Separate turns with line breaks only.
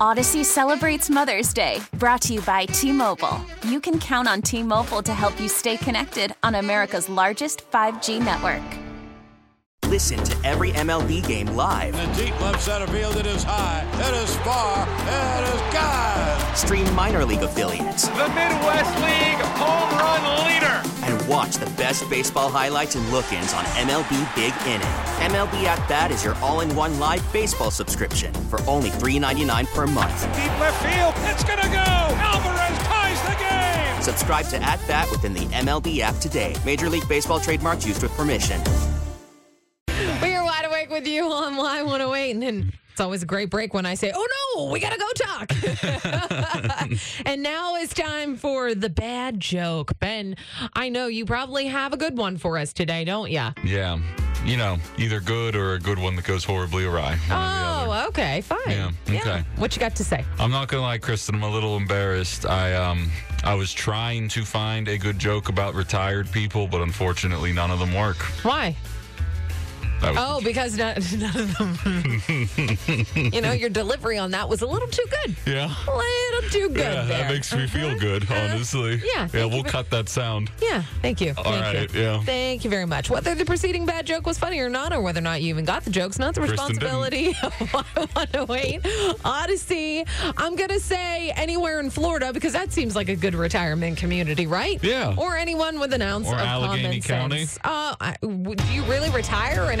Odyssey celebrates Mother's Day, brought to you by T Mobile. You can count on T Mobile to help you stay connected on America's largest 5G network.
Listen to every MLB game live.
In the deep left center field, it is high, it is far, it is gone.
Stream minor league affiliates
The Midwest League home run leader.
and watch the best baseball highlights and look ins on MLB Big Inning. MLB At Bat is your all in one live baseball subscription for only $3.99 per month.
Deep left field. It's going to go. Alvarez ties the game.
Subscribe to At Bat within the MLB app today. Major League Baseball trademarks used with permission.
We are wide awake with you on Live 108. And then it's always a great break when I say, oh no, we got to go talk. and now it's time for the bad joke. Ben, I know you probably have a good one for us today, don't you?
Yeah. You know, either good or a good one that goes horribly awry.
Oh, okay. Fine.
Yeah, okay.
What you got to say?
I'm not gonna lie, Kristen. I'm a little embarrassed. I um, I was trying to find a good joke about retired people, but unfortunately, none of them work.
Why?
That was
Oh, because not, none of them. you know, your delivery on that was a little too good.
yeah.
A little too good.
Yeah,
there.
that makes me feel good, honestly.
Mm-hmm. Yeah,
Yeah,
thank
we'll
you for-
cut that sound.
Yeah, thank you.
All
thank
right,
you.
yeah.
Thank you very much. Whether the preceding bad joke was funny or not, or whether or not you even got the joke's not the
Kristen didn't.
responsibility of 108 Odyssey. I'm going to say anywhere in Florida because that seems like a good retirement community, right?
Yeah.
Or anyone with an ounce
Or
of
Allegheny
common
County.
sense. Uh, I- w- do you really retire in